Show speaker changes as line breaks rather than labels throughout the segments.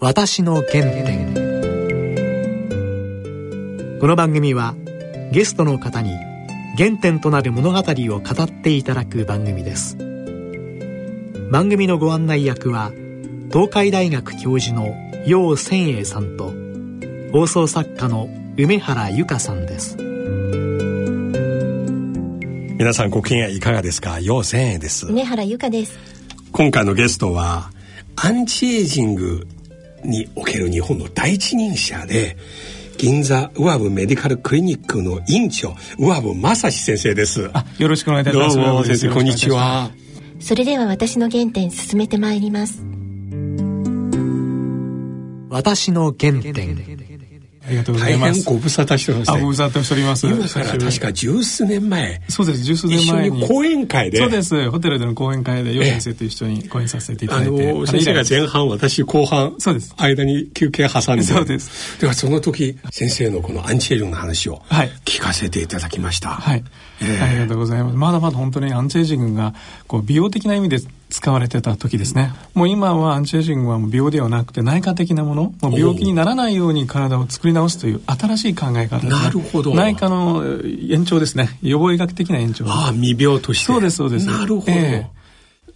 私の原点この番組はゲストの方に原点となる物語を語っていただく番組です番組のご案内役は東海大学教授の楊千栄さんと放送作家の梅原由香さんです
皆さんご機嫌いかがですか陽千円です
梅原由香です
今回のゲストはアンチエイジングにおける日本の第一人者で銀座ウアブメディカルクリニックの院長ウアブ正史先生です
あよろしくお願いいたし
ど
ます
うも先生こんにちは
それでは私の原点進めてまいります
私の原点
ありがとうござ
大
いま
変
す
ご無沙汰してます
あご無
ね
沙汰しております
今から
久
確
しぶ
か
り
十数年前
そうです十数
一
年
緒
前
に
に
講演会で
そうですホテルでの講演会でヨウ先生と一緒に講演させていた
あ
だいて
の先生が前半私後半
そうです
間に休憩挟んで
そうです
ではその時先生のこのアンチエイジングの話を
はい
聞かせていただきました、
はい、ありがとうございますまだまだ本当にアンチエイジングがこう美容的な意味で使われてた時ですねもう今はアンチエイジングはもう美容ではなくて内科的なものもう病気にならないように体を作り直すという新しい考え方です、ね、
なるほど
内科の延長ですね予防医学的な延長です
ああ未病として
そうです、そうです。
なるほど、
ええ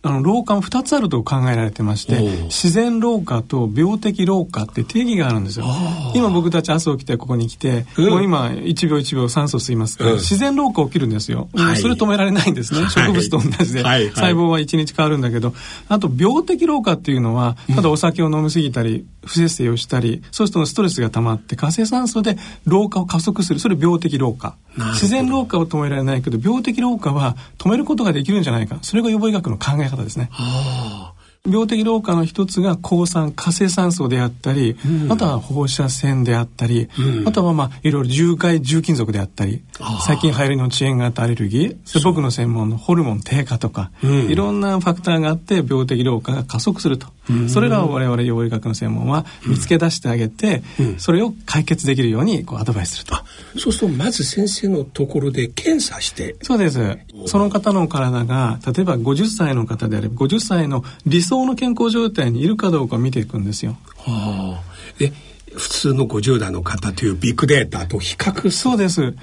あの老化も2つあると考えられてまして
おう
自然老化と病的老化って定義があるんですよ今僕たち朝起きてここに来て、
うん
もう今1秒1秒酸素吸いますから、
うん
自然老化起きるんですよ、
はい
それ止められないんですね、
はい
植物と同じで、
はいはい
細胞は1日変わるんだけどあと病的老化っていうのはただお酒を飲み過ぎたり不摂生をしたりそうするとストレスが溜まって活性酸素で老化を加速するそれ病的老化
なるほど
自然老化を止められないけど病的老化は止めることができるんじゃないかそれが予防医学の考え方ですね
あ
病的老化の一つが抗酸活性酸素であったり、あとは放射線であったり、あとはまあいろいろ重解重金属であったり最近流行りの遅延型アレルギーそれ僕の専門のホルモン低下とか、いろんなファクターがあって病的老化が加速すると、それらを我々予防医学の専門は見つけ出してあげて、それを解決できるようにこうアドバイスすると。
あそうするとまず先生のところで検査して
そうです。その方の体が、例えば50歳の方であれば、50歳の理想の健康状態にいるかどうかを見ていくんですよ。
ああで普通の50代の方というビッグデータと比較する
そうです。例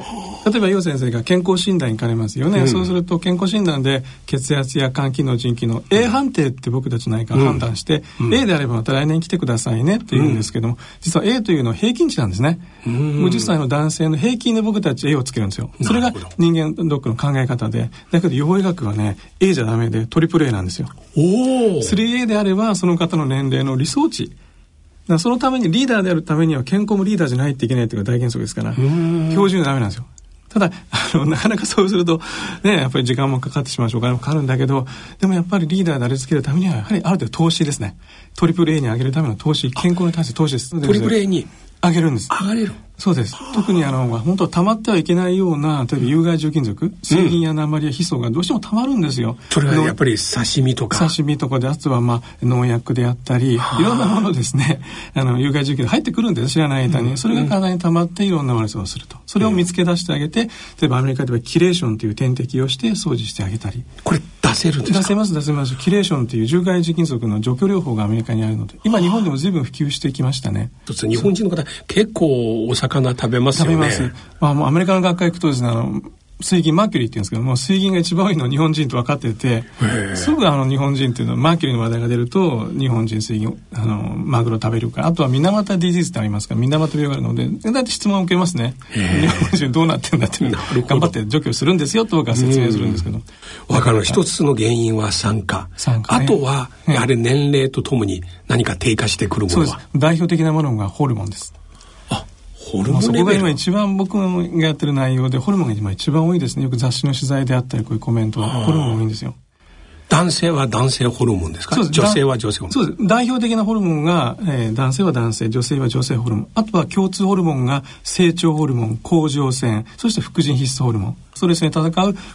えば、楊先生が健康診断に行かれますよね。そうすると、健康診断で血圧や肝機能、腎機能、A 判定って僕たち内科が判断して、A であればまた来年来てくださいねって言うんですけども、実は A というのは平均値なんですね。50歳の男性の平均で僕たち A をつけるんですよ。それが
なるほど
人間ドックの考え方で。だけど、予防医学はね、A じゃダメでトリプル A なんですよ。
おお
3A であればその方の年齢の理想値だからそのためにリーダーであるためには健康もリーダーじゃないといけないというのが大原則ですから標準ダメなんですよただあのなかなかそうするとねやっぱり時間もかかってしまうしお金もかかるんだけどでもやっぱりリーダーであり続けるためにはやはりある程度投資ですねトリプル A に上げるための投資健康に対して投資です
トリプル A に
上げるんです
上がれる
そうです。特にあの、本当は溜まってはいけないような、例えば有害重金属、水銀や鉛やヒ素がどうしても溜まるんですよ。
それはやっぱり刺身とか
刺身とかであとはまあ農薬であったりいろんなものです ねあの有害重金属入ってくるんです知らない間にそれが体に溜まっていろんな悪さをするとそれを見つけ出してあげて例えばアメリカではキレーションという点滴をして掃除してあげたり
これ出せるんですか
出せます出せますキレーションという重害重金属の除去療法がアメリカにあるので今日本でも随分普及してきましたね
そうですね日本人の方結構お魚食べますよ
食
ね
べます、まあ、もうアメリカの学会行くとですねあの水銀マーキュリーって言うんですけどもう水銀が一番多いのは日本人と分かってて
え
すぐあの日本人っていうのはマーキュリーの話題が出ると日本人水銀あのマグロ食べるからあとは水俣ディジーズってありますから水俣病があるのでだいたい質問を受けますね日本人どうなってんだっていうの
なるほど
頑張って除去するんですよと僕は説明するんですけど
わかる一つの原因は酸化
酸化ね
あとは
うん
やはり年齢とともに何か低下してくるも
そう
の
です
は
代表的なものがホルモンです
あホル
も
モ
うそ
ンレ
こが
ベル
今一番僕がやってる内容でホルモンが今一番多いですねよく雑誌の取材であったりこういうコメントはホルモンが多いんですよ
男性は男性ホルモンですか
そうです
女性は女性ホルモン
そうです。代表的なホルモンが、えー男性は男性、女性は女性ホルモン。あとは共通ホルモンが成長ホルモン、甲状腺、そして副腎必須ホルモン。ストレスに戦う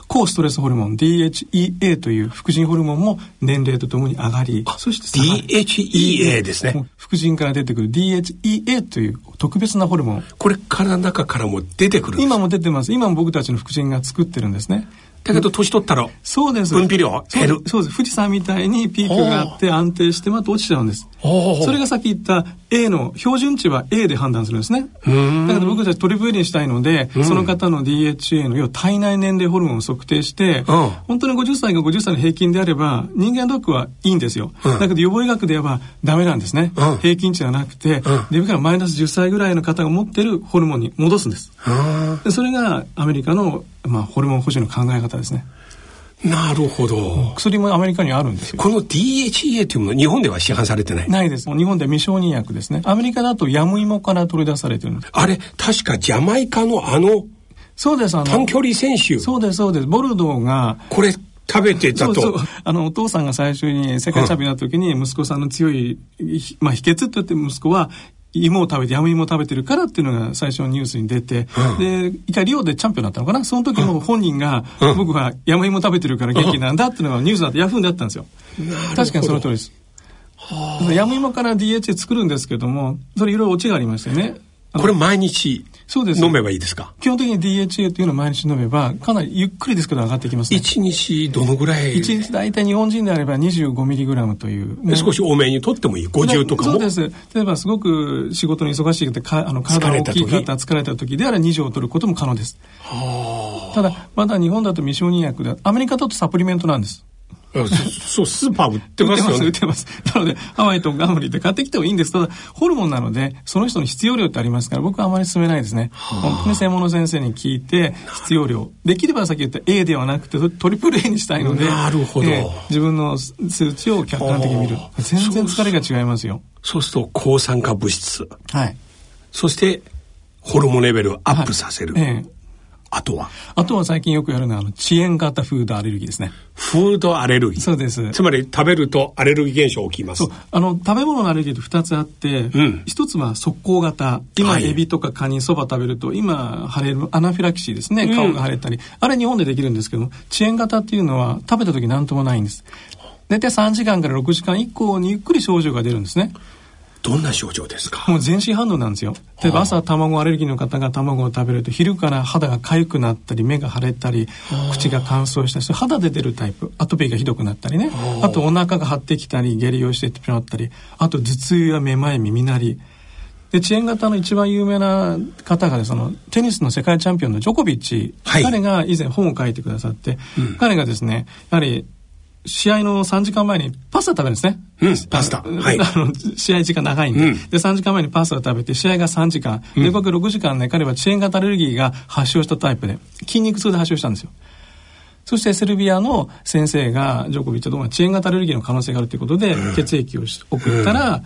抗ストレスホルモン DHEA という副腎ホルモンも年齢とともに上がり、そして下がる
DHEA ですね。
副腎から出てくる DHEA という特別なホルモン。
これ体の中からも出てくるんです
今も出てます。今も僕たちの副腎が作ってるんですね。
だけど年取ったら
そうです。
分泌量減る
そうです。富士山みたいにピークがあって安定してまた落ちちゃうんです。
おー
それがさっき言った A の、標準値は A で判断するんですね。だけど僕たちトリプル A にしたいので、その方の DHA の要は体内年齢ホルモンを測定して、
うん
本当に50歳が50歳の平均であれば、人間ドックはいいんですよ。
うん
だけど予防医学で言えばダメなんですね。
うん
平均値がなくて、
ん
で、だからマイナス10歳ぐらいの方が持ってるホルモンに戻すんです。
あ
でそれがアメリカの、まあ、ホルモン補充の考え方ですね。
ーなるほど、
薬もアメリカにはあるんですよ。
この DHEA というもの日本では市販されてない
ないです。日本で未承認薬ですね。アメリカだとヤムイモから取り出されてるんです。
あれ確かジャマイカのあの
そうです、あの
短、距離選手
そうです、そうです。ボルドーが、
これ食べてた
そうそう
と。
あの、お父さんが最初に世界チャンピオンになった時に、息子さんの強い、ひまあ、秘訣って言って息子は、芋を食べて、ヤムイモを食べてるからっていうのが最初のニュースに出て、で、一回リオでチャンピオンになったのかなその時も本人が、僕はヤムイモ食べてるから元気なんだっていうのがニュースだって、ヤフーであったんですよ。確かにその通りです。ヤムイモから DHA 作るんですけども、それいろいろオチがありましてね。あの
これ毎日
そうです。
飲めばいいですか
基本的に DHA というのを毎日飲めば、かなりゆっくりですけど上がってきますね。
一日どのぐらい
1日大体日本人であれば 25mg という。
少し多めにとってもいい50とか
そ
も
うです。例えばすごく仕事に忙しくて、かあの体が大きい
疲れ
方、
た
疲れた時であれば2錠を取ることも可能です。ただ、まだ日本だと未承認薬だ。アメリカだとサプリメントなんです。
うんそそうスーパー売って
売っ
ま
て
す
ま
よ
す、売
ね
ってます。なので、ハワイとガムリで買ってきてもいいんです。ただ、ホルモンなので、その人の必要量ってありますから、僕はあまり勧めないですね。本当に専門の先生に聞いて、必要量。できればさっき言った A ではなくて、トリプル A にしたいので、
なるほど
自分の数値を客観的に見る
あ。ー
全然疲れが違いますよ。
そうすると抗酸化物質
はい。
そしてホルモンレベルをアップさせる、
ええ
あとは
あとは最近よくやるのは、あの、遅延型フードアレルギーですね。
フードアレルギー
そうです
つまり食べるとアレルギー現象起きます
そうあの食べ物のアレルギーって2つあって、
ん
一つは速攻型今、
はい
エビとかカニそば食べると今腫れるアナフィラキシーですね顔が腫れたり、あれ日本でできるんですけども遅延型っていうのは食べた時何ともないんです大体3時間から6時間以降にゆっくり症状が出るんですね
どんな症状ですか
もう全身反応なんですよ例えば朝卵アレルギーの方が卵を食べると昼から肌が痒くなったり目が腫れたり口が乾燥したりして肌で出るタイプアトピーがひどくなったりねあとお腹が張ってきたり下痢をしてしまったりあと頭痛やめまい耳鳴りで遅延型の一番有名な方がねそのテニスの世界チャンピオンのジョコビッチ、
はい
彼が以前本を書いてくださって、彼がですねやはり試合の3時間前にパスタ食べるんですね。
うんパスタはい
あの、試合時間長いんで、
うん
で、3時間前にパスタを食べて、試合が3時間、で、僕6時間ね、彼は遅延型アレルギーが発症したタイプで、筋肉痛で発症したんですよ。そしてセルビアの先生が、ジョコビッチはどうも遅延型アレルギーの可能性があるということで、血液をし送ったら、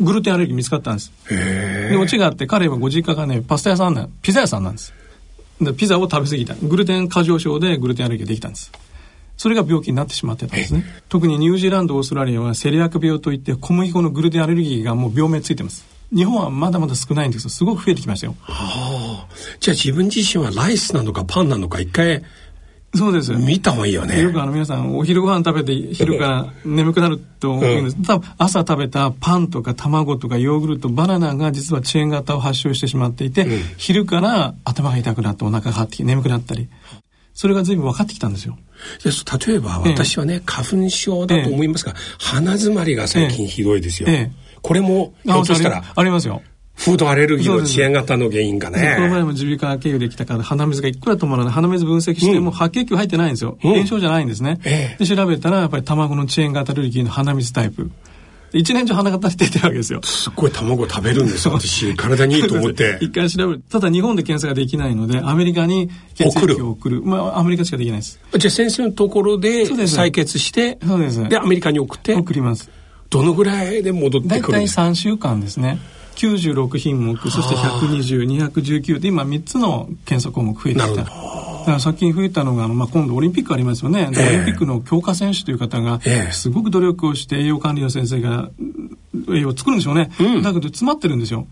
グルテンアレルギー見つかったんです。で、オチがあって、彼はご実家がね、パスタ屋さんなん、ピザ屋さんなんです。で、ピザを食べ過ぎた。グルテン過剰症でグルテンアレルギーができたんです。それが病気になってしまってたんですね。特にニュージーランド、オーストラリアはセリアク病といって小麦粉のグルテンアレルギーがもう病名ついてます。日本はまだまだ少ないんですけど、すごく増えてきましたよ。
じゃあ自分自身はライスなのかパンなのか一回
そうです。
見た方がいいよね
よくあの皆さんお昼ご飯食べて昼から眠くなると思うんです、多分朝食べたパンとか卵とかヨーグルトバナナが実は遅延型を発症してしまっていて、昼から頭が痛くなってお腹が張ってきて眠くなったりそれが随分分かってきたんですよ
です例えば私はね、花粉症だと思いますが、鼻づまりが最近ひどいですよ、
ええ
これもひょっとしたら
あありますよ
フードアレルギーの遅延型の原因か
この前
ね
も耳鼻科経由できたから鼻水がいくら止まらない鼻水分析しても白血球入ってないんですよ、
ん
炎症じゃないんですね、
え
で調べたらやっぱり卵の遅延型アレルギーの鼻水タイプ一年中鼻が立ってたわけですよ
すっごい卵食べるんです よ私体にいいと思って
一回調べる。ただ日本で検査ができないので、アメリカに血液を送る。まあ、アメリカしかできないです。
じゃあ先生のところで
そうです
採血して
そうです
アメリカに送って
送ります。
どのぐらいで戻って
大
くるん
体
ですか
3週間ですね。96品目、そして120、219で今3つの検査項目増えてき
な
た。
る
だ
ほ
から最近増えたのが、あのまあ、今度オリンピックありますよね。で
ええ
オリンピックの強化選手という方が
ええ、
すごく努力をして栄養管理の先生がうん栄養を作るんでしょうね。だけど詰まってるんですよ。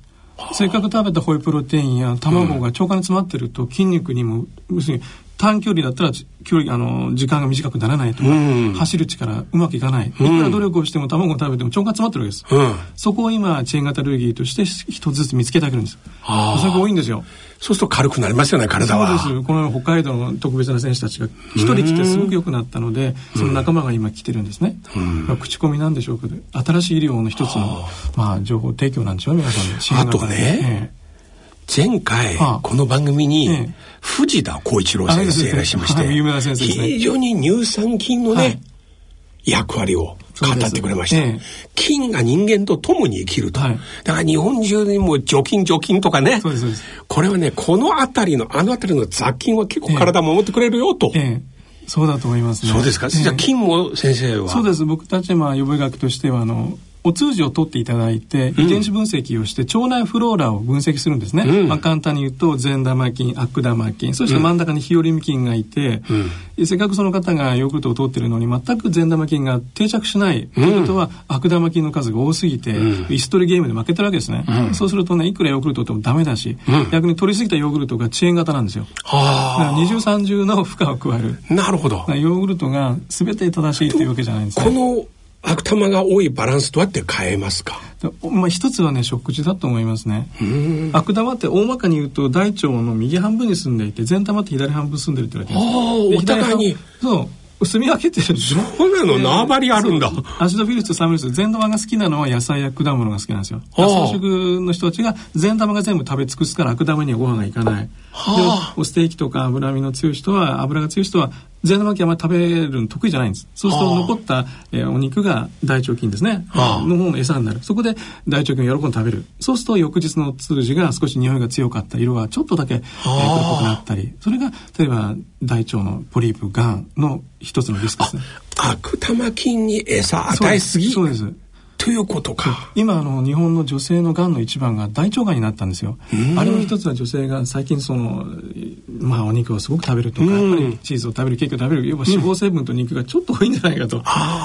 せっかく食べたホイプロテインや卵が腸管に詰まってると筋肉にも、要するに短距離だったら、じ距離、あの、時間が短くならないとか、
うん
走る力うまくいかない。いくら努力をしても卵を食べても腸が詰まってるわけです。
うん。
そこを今、チェーン型ルーギーとして一つずつ見つけてあげるんです。
あー
そこ多いんですよ。
そうすると軽くなりますよね、体は。
そうです。この北海道の特別な選手たちが一人来てすごく良くなったので、その仲間が今来てるんですね。まあ口コミなんでしょうけど、新しい医療の一つの、まあ、情報提供なんでしょう、皆さんのチームの中で。
あとね前回、
はあ
この番組
え
に
え、
藤田光一郎先生いらっしゃいまして、
あ有名な先生ですね
非常に乳酸菌のね、
はい
役割を語ってくれました。
そうです
菌が人間と共に生きると。
はい
だから日本中にもう除菌除菌とかね
そうですそうです、
これはね、この辺りの、あの辺りの雑菌は結構
ええ
体守ってくれるよと。
ええ。ええそうだと思いますね。
そうですか。
ええ
じゃあ菌も先生は。
そうです僕たちまあ予防医学としてはあのお通じを取っていただいて遺伝子分析をして腸内フローラを分析するんですね、
うん
まあ、簡単に言うと善玉菌悪玉菌そして真ん中に日和見菌がいて、せっかくその方がヨーグルトを取ってるのに全く善玉菌が定着しない、ということは悪玉菌の数が多すぎて、イストリゲームで負けてるわけですね、そうするとねいくらヨーグルトを取ってもダメだし、逆に取りすぎたヨーグルトが遅延型なんですよだから
あ
二重三重の負荷を加える
あ。なるほど
だか。らヨーグルトが全て正しいというわけじゃないんですね
この悪玉が多いバランスどうやって変えますか
でまあ、一つはね食事だと思いますね悪玉って大まかに言うと大腸の右半分に住んでいて善玉って左半分住んでるって言われて
ああ
るんで
お互いに
左半そう住み分けてるんですね
そうなの縄張りあるん だ
そうアシドフィルスとサムフィルス善玉が好きなのは野菜や果物が好きなんですよ
ああ
草食の人たちが善玉が全部食べ尽くすから悪玉にはご飯がいかない、
は
でステーキとか脂身の強い人は脂が強い人は善玉菌あまり食べるの得意じゃないんですそうすると
はあ
残った、えーお肉が大腸菌ですね、
はあ
の方の餌になるそこで大腸菌が喜んで食べるそうすると翌日の通じが少し匂いが強かった色がちょっとだけ、えー
あ
黒くなったりそれが例えば大腸のポリープがんの一つのリスクですね
悪玉菌に餌与えすぎ
そうですそうです
ということか。
今あの日本の女性のがんの一番が大腸がんになったんですよあれの一つは女性が最近そのまあお肉をすごく食べるとか
うん
やっぱりチーズを食べるケーキを食べる要は脂肪成分と肉がちょっと多いんじゃないかと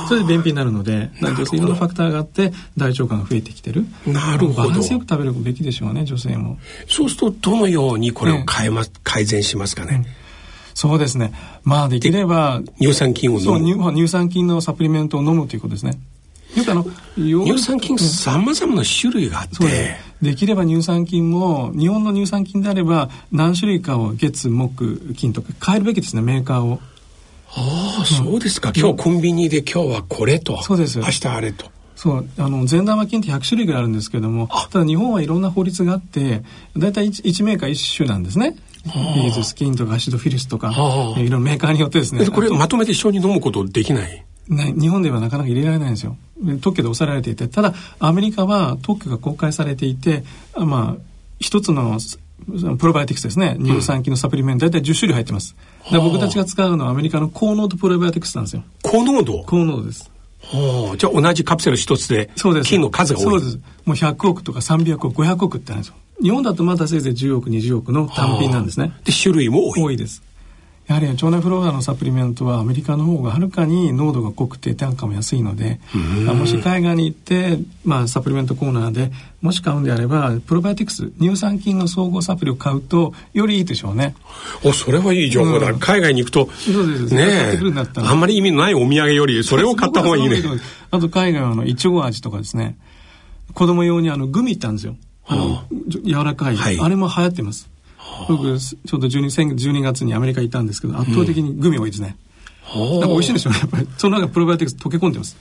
それで便秘になるのでだから女性いろんなファクターがあって大腸がんが増えてきてる
なるほど
バランスよく食べるべきでしょうね女性も
そうするとどのようにこれを変えます、改善しますかね。
そうですねまあできれば
乳酸菌を飲
そう乳
む。
乳酸菌のサプリメントを飲むということですねよくあのヨーグルト
乳酸菌様々な種類があっ
そうです
て、
できれば乳酸菌も日本の乳酸菌であれば何種類かを月木金とか変えるべきですねメーカーを
ああ、そうですか。今日コンビニで今日はこれと。
そうです
明日あれと。
そうあの善玉菌って100種類ぐらいあるんですけどもただ日本はいろんな法律があって大体 1, 1メーカー1種なんですねビーズスキンとかアシドフィリスとか
ああ
えいろいろメーカーによってですね
でこれ
あと
まとめて一緒に飲むことできない。
ない日本ではなかなか入れられないんですよで特許で抑えられていてただアメリカは特許が公開されていてあまあ一つのすプロバイオティクスですね乳酸菌のサプリメント大体10種類入ってますで僕たちが使うのはアメリカの高濃度プロバイオティクスなんですよ
高濃度。
高濃度です
はあじゃあ同じカプセル一つで
そうです
菌の数が多い。
そうですもう100億とか300億500億ってあるんですよ日本だとまだせいぜい10億20億の単品なんですね
はあで、種類も多い。
多いですやはり腸内フローラのサプリメントはアメリカの方がはるかに濃度が濃くて単価も安いのでもし海外に行って、まあ、サプリメントコーナーでもし買うんであればプロバイオティクス乳酸菌の総合サプリを買うとよりいいでしょうね
おそれはいい情報だ、
うん
海外に行くと
そうですそうです買っ
ね
てくるんだったら
あんまり意味のないお土産よりそれを買った方がいいね
僕はそう思うけどあと海外はあのいちご味とかですね子供用にあのグミってあるんですよあの、じゅ柔らかい、
はい
あれも流行ってます僕ちょうど 12, 先12月にアメリカ行ったんですけど圧倒的にグミ多いですね、
ほう
なんか美味しいんでしょうねやっぱりその中にプロバイオティクス溶け込んでます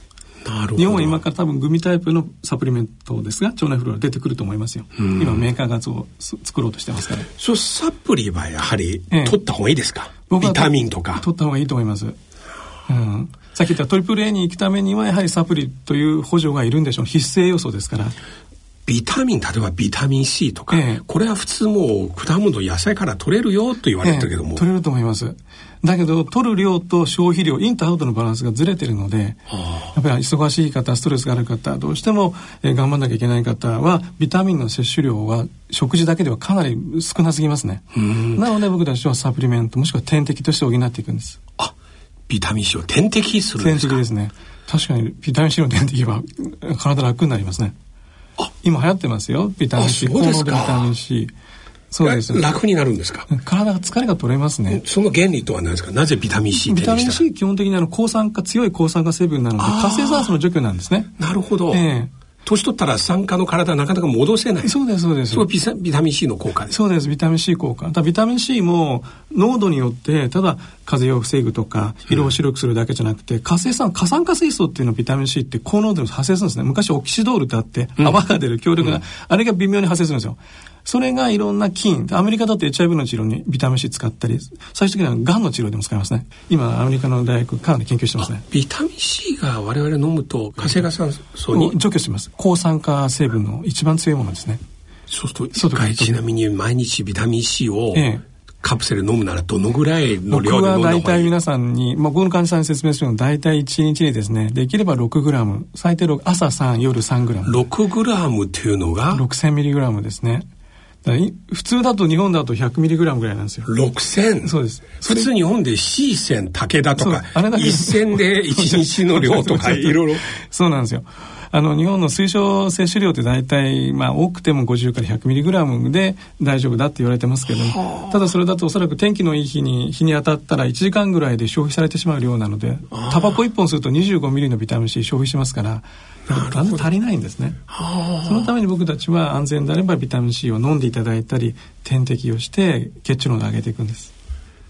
なるほど
日本は今から多分グミタイプのサプリメントですが腸内フローラ出てくると思いますよ、今メーカーがそうす作ろうとしてますから
そうサプリはやはり
ええ
取った方がいいですか、
僕は
ビタミンとか
取った方がいいと思います、うん、さっき言ったトリプル A に行くためにはやはりサプリという補助がいるんでしょう必須栄養素ですから
ビタミン例えばビタミン C とか、
ええ
これは普通もう果物野菜から取れるよと言われてたけども、
ええ取れると思いますだけど取る量と消費量インとアウトのバランスがずれてるので
あ
やっぱり忙しい方ストレスがある方どうしてもえー頑張んなきゃいけない方はビタミンの摂取量は食事だけではかなり少なすぎますねなので僕たちはサプリメントもしくは点滴として補っていくんです
あビタミン C を点滴するん
点
です
滴
か
ですね確かにビタミン C の点滴は うん体楽になりますね今流行ってますよビタミン C
あそうですか
高濃度ビタミン C そうです
楽になるんですか
体が疲れが取れますね
その原理とは何ですかなぜビタミン C って
ビ
できた
タ
の
ミン C 基本的にあの抗酸化強い抗酸化成分なので
あー
活性酸素の除去なんですね
なるほど、
ええ
年取ったら酸化の体なかなか戻せない
そうですそうです
そのビタビタミン C の効果です
そうですビタミン C 効果ただビタミン C も濃度によってただ風邪を防ぐとか色を白くするだけじゃなくて、活性酸過酸化水素っていうのビタミン C って高濃度に発生するんですね昔オキシドールってあって泡が出る強力な、あれが微妙に発生するんですよそれがいろんな菌アメリカだって HIV の治療にビタミン C 使ったり最終的にはがんの治療でも使いますね今アメリカの大学かなり研究してますね
ビタミン C が我々飲むと活性化酸素に、
を除去します抗酸化成分の一番強いものですね
そうすると
そ
一
うです
回ちなみに毎日ビタミン C を
ええ
カプセル飲むならどのぐらいの
僕
量で飲
は
んだ
大
方が
体
いい
皆さんに、まあ、僕の患者さんに説明するのは大体1日にですね、できれば6グラム、最低6、朝3、夜3グラム、
6グラムっていうのが
6000ミリグラムですね。だからい普通だと日本だと100ミリグラムぐらいなんですよ。
6000
そうです
普通日本で C 線武田と
そう
か
あれだけ
1000で1日の量とか
そうそうそう
いろいろ
そうなんですよ。あの、日本の推奨摂取量って大体、まあ、多くても50から100ミリグラムで大丈夫だって言われてますけども、ただそれだとおそらく天気のいい日に、日に当たったら1時間ぐらいで消費されてしまう量なので、タバコ1本すると25ミリのビタミン C 消費しますから、だんだん足りないんですね。そのために僕たちは安全であればビタミン C を飲んでいただいたり、点滴をして血中濃度を上げていくんです。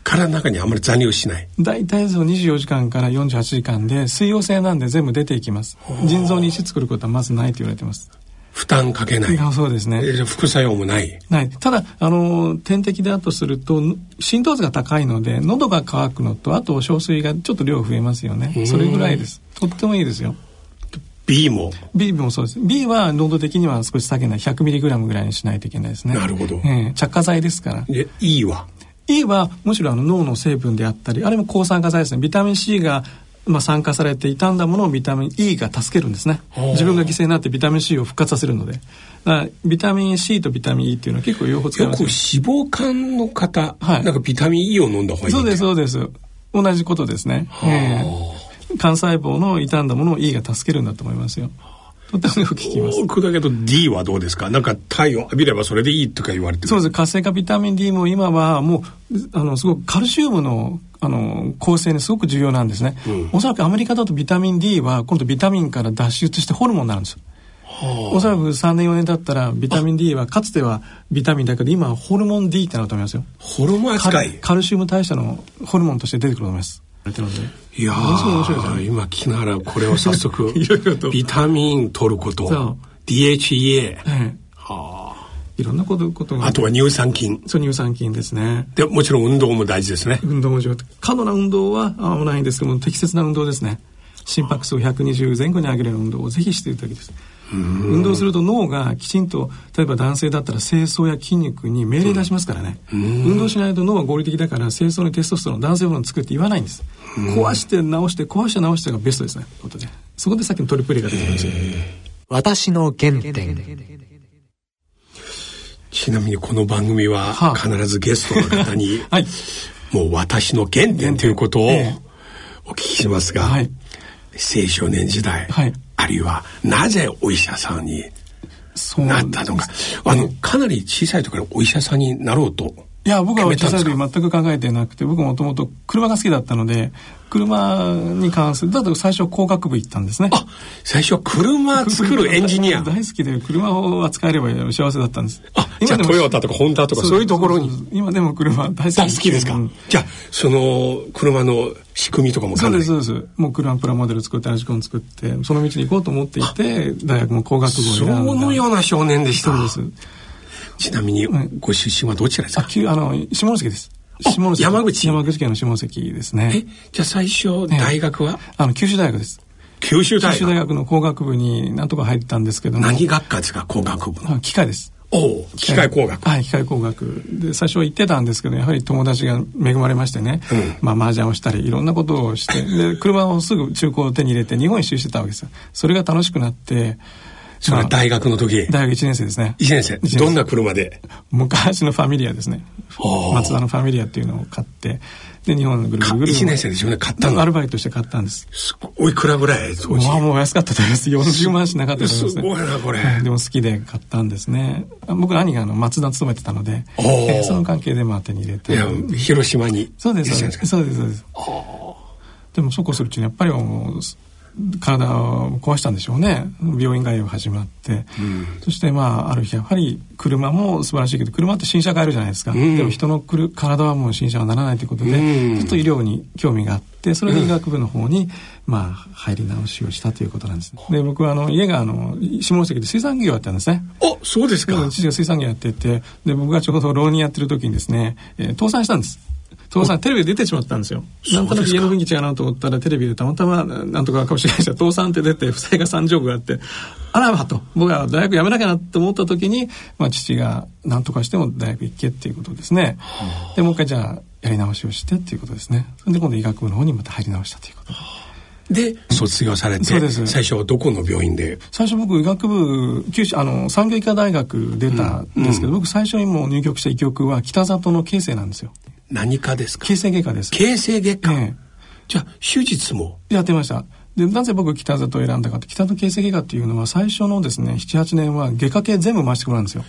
体の中にあんまり残留しない
大体その24時間から48時間で水溶性なんで全部出ていきます腎臓に石作ることはまずないと言われてます、
負担かけない
いやそうですね、
えー副作用もない
ないただあの点滴だとすると浸透率が高いので喉が渇くのとあと小水がちょっと量増えますよねそれぐらいですとってもいいですよ
B も
B もそうです B は濃度的には少し下げない 100mg ぐらいにしないといけないですね
なるほど
ええ着火剤ですから
で E は
E はむしろあの脳の成分であったりあれも抗酸化剤ですねビタミン C がまあ酸化されて傷んだものをビタミン E が助けるんですね
ー
自分が犠牲になってビタミン C を復活させるのでだからビタミン C とビタミン E っていうのは結構両方使い
よ
ま
く
す
脂
よ
肪肝の方、
はい
なんかビタミン E を飲んだ方がいい
そうです
う
そうです同じことですね、ええ幹細胞の傷んだものを E が助けるんだと思いますよとってもよく聞きます
多くだけど D はどうですかなんか太陽浴びればそれでいいとか言われてる
そうです活性化ビタミン D も今はもうあのすごくカルシウムのあの構成にすごく重要なんですね、おそらくアメリカだとビタミン D は今度ビタミンから脱出してホルモンになるんですよおそらく3年4年だったらビタミン D はかつてはビタミンだけど今はホルモン D ってなると思いますよ
ホルモン
カ
扱
ル
い
カルシウム代謝のホルモンとして出てくると思います
いや
ものすごい面白いです
ー
よね
今聞きながらこれを早速
いろいろと
ビタミン取るこ
そ
と
う
DHEA
ええいろんなことことが
あとは乳酸菌
そう乳酸菌ですね
でもちろん運動も大事ですね
運動も重要過度な運動はあないんですけども適切な運動ですね心拍数を120前後に上げるような運動をぜひしていただきです運動すると脳がきちんと例えば男性だったら清掃や筋肉に命令出しますからね運動しないと脳は合理的だから清掃にテストステロン男性ホルモン作るって言わないんです壊して直して壊して直してがベストですねということでそこでさっきのトリプル A が出てきました
私の原点
ちなみにこの番組は
はあ
必ずゲストの方に
はい
もう私の原点ということを
ええ
お聞きしますが、
はい
青少年時代、
はい
あるいはなぜお医者さんに
そう
なったのか、あのかなり小さい時からお医者さんになろうと
いや、僕は
決めた
小さ
ん
い
で
時
す
全く考えてなくて、僕もともと車が好きだったので、車に関する、だと最初工学部行ったんですね。
あ最初は車作るエンジニア
大好きで、車を扱えれば幸せだったんです。
あじゃあ
でも
トヨタとかホンダとかそういうところに
そうそうそう今でも車大好き。
大好きですか、
うん
じゃあその車の仕組みとかも
そ
か
う
な
で
り
す、そうです。もう車プラモデル作って、アジコン作って、その道に行こうと思っていて、大学も工学部を
そ
選んだ。
のような少年でした
そうです。
ちなみに
うん
ご出身はどちらです
あ、
か、
きあの、下関です。
あ
下関。
山口
山口県の下関です
え
ね。
じゃあ最初
ええ
大学は、
あの、九州大学です。
九州大
九州大
学
学の工学部になんとか入ったんですけども。
何学科ですか工学部の、
あ機械です。
おう機械工学、
はい、機械工学。で、最初は行ってたんですけど、やはり友達が恵まれましてね、まあ、麻雀をしたり、いろんなことをして、で、車をすぐ中古を手に入れて、日本一周してたわけですよ。それが楽しくなって、
それ大学の時。
大学1年生ですね。
1年生。
一年生
どんな車で
昔のファミリアですね
あ。あ
松田のファミリアっていうのを買って、で、日本のぐるぐるぐる。
1年生で自分で買ったの
アルバイトして買ったんです。
すごいいくらぐらい当時。
まあもう安かったと思います。40万しなかったと思います
す
ね。
ごいな、これ。
でも好きで買ったんですね。あ僕、兄があの松田勤めてたので、
おー
えーその関係でまあ手に入れ
い
て。
や、広島に。
そうです、そうです。
す。
そうです、そうです。でもそうこうするうちにやっぱりもう、体を壊したんでしょうね。病院通いが始まって。そしてまあ、ある日やっぱり車も素晴らしいけど、車って新車があるじゃないですか。
ん
でも人のくる体はもう新車はならないということで、
うん
ちょっと医療に興味があって、それで医学部の方に、まあ、入り直しをしたということなんです。で、僕はあの、家があの、下関で水産業やったんですね。
お、そうですか。
父が水産業やってて、で、僕がちょうど浪人やってる時にですね、えー倒産したんです。倒産、テレビで出てしまったんですよ。
そ
な
うんですか
となく家の雰囲気違うなと思ったら、テレビでたまたま、なんとかかもしれないですが、倒産って出て、負債が3兆億があって、あらばと、僕は大学辞めなきゃなって思った時に、まあ父が何とかしても大学行けっていうことですね。で、もう一回じゃあ、やり直しをしてっていうことですね。それで今度医学部の方にまた入り直したということで。
で、卒業されて、
そうです
最初はどこの病院で
最初僕医学部九州あの産業医科大学出たんですけど、僕最初にもう入局した医局は北里の慶生なんですよ
何科ですか
形成外科です
形成外科。
え
じゃあ、手術も。
えやってましたでなぜ僕北里を選んだかって北里形成外科っていうのは最初のですね78年は外科系全部回してこらんですよ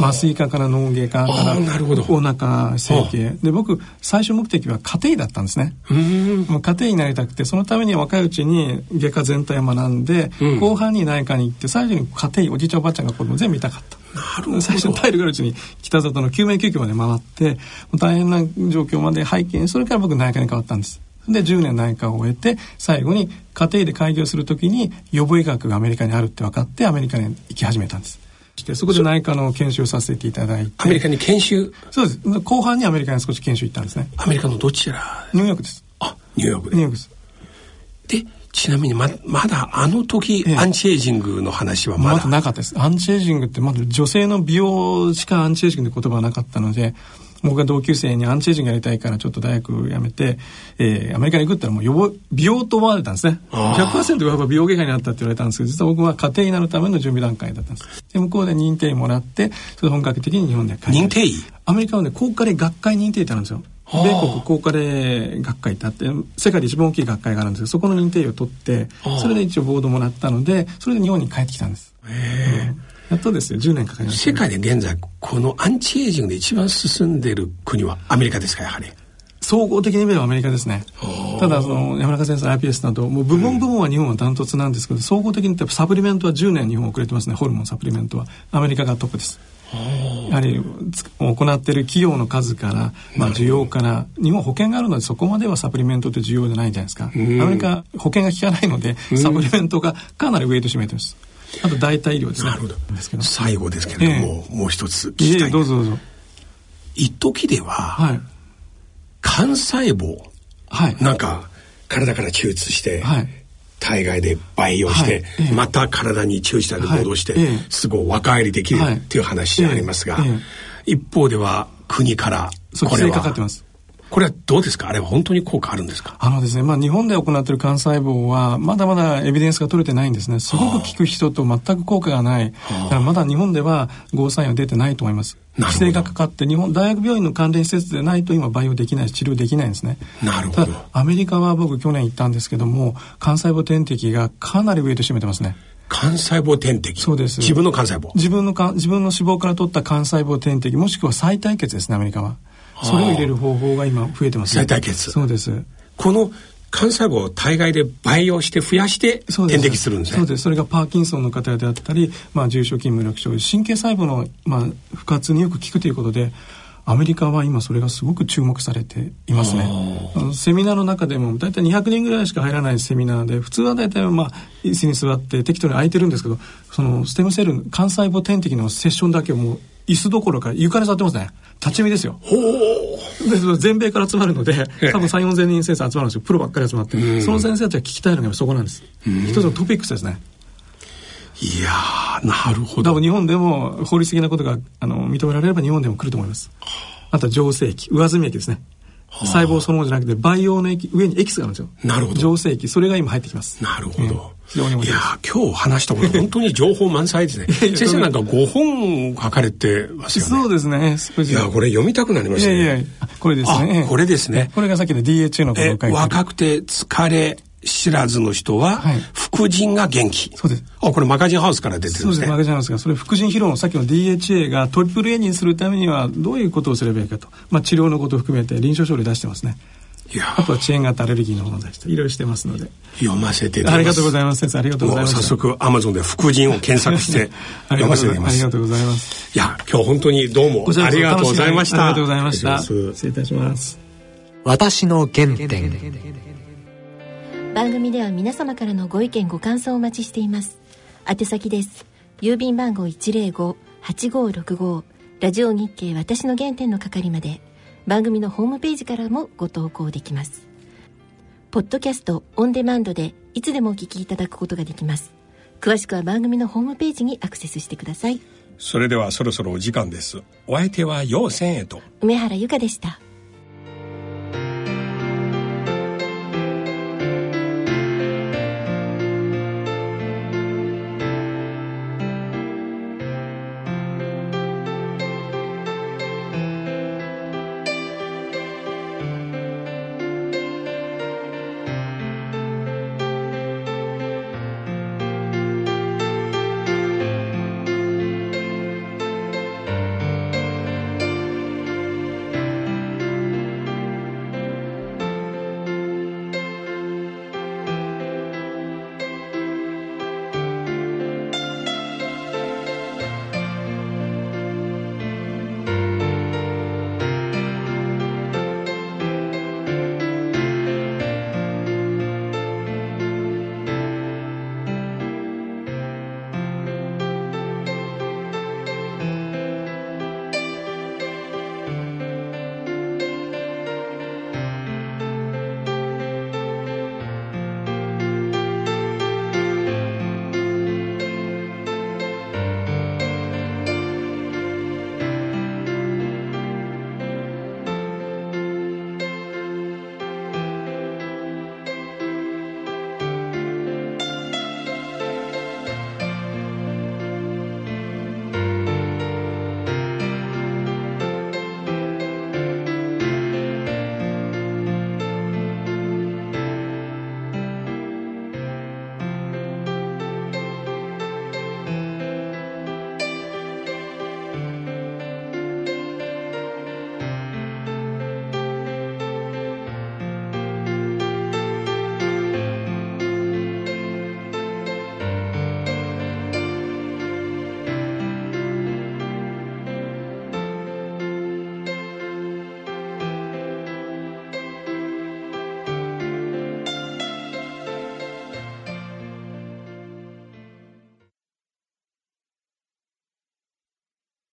麻酔科から脳外科か
あ
ら
ーなるほど
お腹整形で僕最終目的は家庭医だったんですね
うん。
もう家庭になりたくてそのためには若いうちに外科全体を学んで、
うん
後半に内科に行って最初に家庭医おじいちゃんおばあちゃんが子供全部見たかった
なるほど
最初体力あるうちに北里の救命救急まで回ってもう大変な状況まで拝見それから僕内科に変わったんですで10年内科を終えて最後に家庭医で開業するときに予防医学がアメリカにあるって分かってアメリカに行き始めたんですしてそこで内科の研修をさせていただいて
アメリカに研修、
そうです後半にアメリカに少し研修行ったんですね
アメリカのどちら
ニューヨークです
あ、ニューヨーク
ニューヨークです
で。で、ちなみにま、まだあの時、
ええ
アンチエイジングの話はま
ま
だ。
だなかったです。アンチエイジングって、まだ女性の美容しかアンチエイジングって言葉はなかったので、僕が同級生にアンチエイジングやりたいからちょっと大学辞めて、えー、アメリカに行くって言ったらもう予防美容と思われたんですね。
あー
100%が美容外科になったって言われたんですけど、実は僕は家庭医なるための準備段階だったんです。で、向こうで認定もらって、それで本格的に日本で開業
認定医
アメリカはね、高科で学会認定ってあるんですよ。
はあ
米国高科で学会ってあって、世界で一番大きい学会があるんですけど、そこの認定医を取って
はあ、
それで一応ボードもらったので、それで日本に帰ってきたんです。やっとですよ、10年かかりました
世
ね、
界で現在、このアンチエイジングで一番進んでいる国はアメリカですか、やはり。
総合的に見ればアメリカですね。ただ、その、山中先生、IPS など、もう部門部門は日本はダントツなんですけど、総合的に言ってサプリメントは10年日本遅れてますね、ホルモンサプリメントは。アメリカがトップです。やはりつ行っている企業の数から、まあ、需要から日本保険があるのでそこまではサプリメントって需要じゃないじゃないですか、アメリカ保険が効かないのでサプリメントがかなりウェイト占めてますあと代替医療ですね
なるほど
ですけど
最後ですけれども、もう一つ聞
いえ
き
い
た
え
い。
どうぞどうぞ
一時では、
はい
幹細胞、
はい
なんか、体から抽出して、
はい
体外で培養して、
はいええ
また体に抽出で戻して、
はいええ
すごい若返りできる
はい
っていう話でありますが、
ええ
一方では国から、
そう
こ
規
れ
制
は、
かかってます
これはどうですかあれは本当に効果あるんですか
あのですね、まあ日本で行っている幹細胞は、まだまだエビデンスが取れてないんですね。すごく効く人と全く効果がない。だからまだ日本ではゴーサインは出てないと思います。
なる
規
ほど
制がかかって、日本、大学病院の関連施設でないと今培養できないし、治療できないんですね。
なるほ
た
ど
だ、アメリカは僕去年行ったんですけども、幹細胞点滴がかなりウェイト占めてますね。
幹細胞点滴。
そうです
自分の幹細胞。
自分のか自分の脂肪から取った幹細胞点滴、もしくは再対血ですね、アメリカは。それを入れる方法が今増えてますね。
再対決
そうです。
この幹細胞を体外で培養して増やして
そう
点滴するんですね。
そうです。それがパーキンソンの方であったり、まあ、重症筋無力症、神経細胞の、まあ、不活によく効くということで、アメリカは今それがすごく注目されていますね。あのセミナーの中でも大体200人ぐらいしか入らないセミナーで、普通は大体まあ、椅子に座って適当に空いてるんですけど、そのステムセル、幹細胞点滴のセッションだけもう椅子どころか床に座ってますね。立ち見ですよ。でその全米から集まるので、多分3、4千人先生集まるんですよ。プロばっかり集まって。その先生たちが聞きたいのがそこなんです。一つのトピックスですね。
いやー、なるほ
多
ど
分。日本でも法律的なことがあの認められれば日本でも来ると思います。あとは上性器、上積み液ですね。細胞そのものじゃなくて培養の液上にエキスがあるんですよ
なるほど
浄成液それが今入ってきます
なるほど。
非常に面
いや
白いです
ー今日話したこと本当に情報満載ですね。
いや
先生なんか5本書かれてますよね。
そうですね少し
いやーこれ読みたくなりま
い
した
や
ね。
いやあこれですね
あこれですね
これがさっきの DHA のことを書
え
いてる
若くて疲れ知らずの人は
はい、
副腎が元気。
そうです
あ、これマガジンハウスから出てるん
そ
で
うですす
ね。
ね、マガジンなんですが、それ、副腎疲労のさっきの DHA がトリプル A にするためには、どういうことをすればいいかと、まあ、治療のことを含めて、臨床書類出してますね。
いや
あと
ー
は遅延型アレルギーのものを出して、いろいろしてますので。
読ませていただきます。
ありがとうございます、先生。ありがとうございます。
もう早速 Amazon で副腎を検索して
あ
読
りが
ま
と
せ
う
ていただきます
ございま。あり
す。
がとうございます。
いや、今日本当にどうも
こちら
あ
こそ
りがとうございました。
ありがとうございました。
失礼します
失礼いたします。
私の原点
番組では皆様からのご意見ご感想をお待ちしています宛先です郵便番号105-8565ラジオ日経私の原点の係まで番組のホームページからもご投稿できますポッドキャストオンデマンドでいつでもお聞きいただくことができます詳しくは番組のホームページにアクセスしてください
それではそろそろお時間です。お相手は陽線へと。
梅原由香でした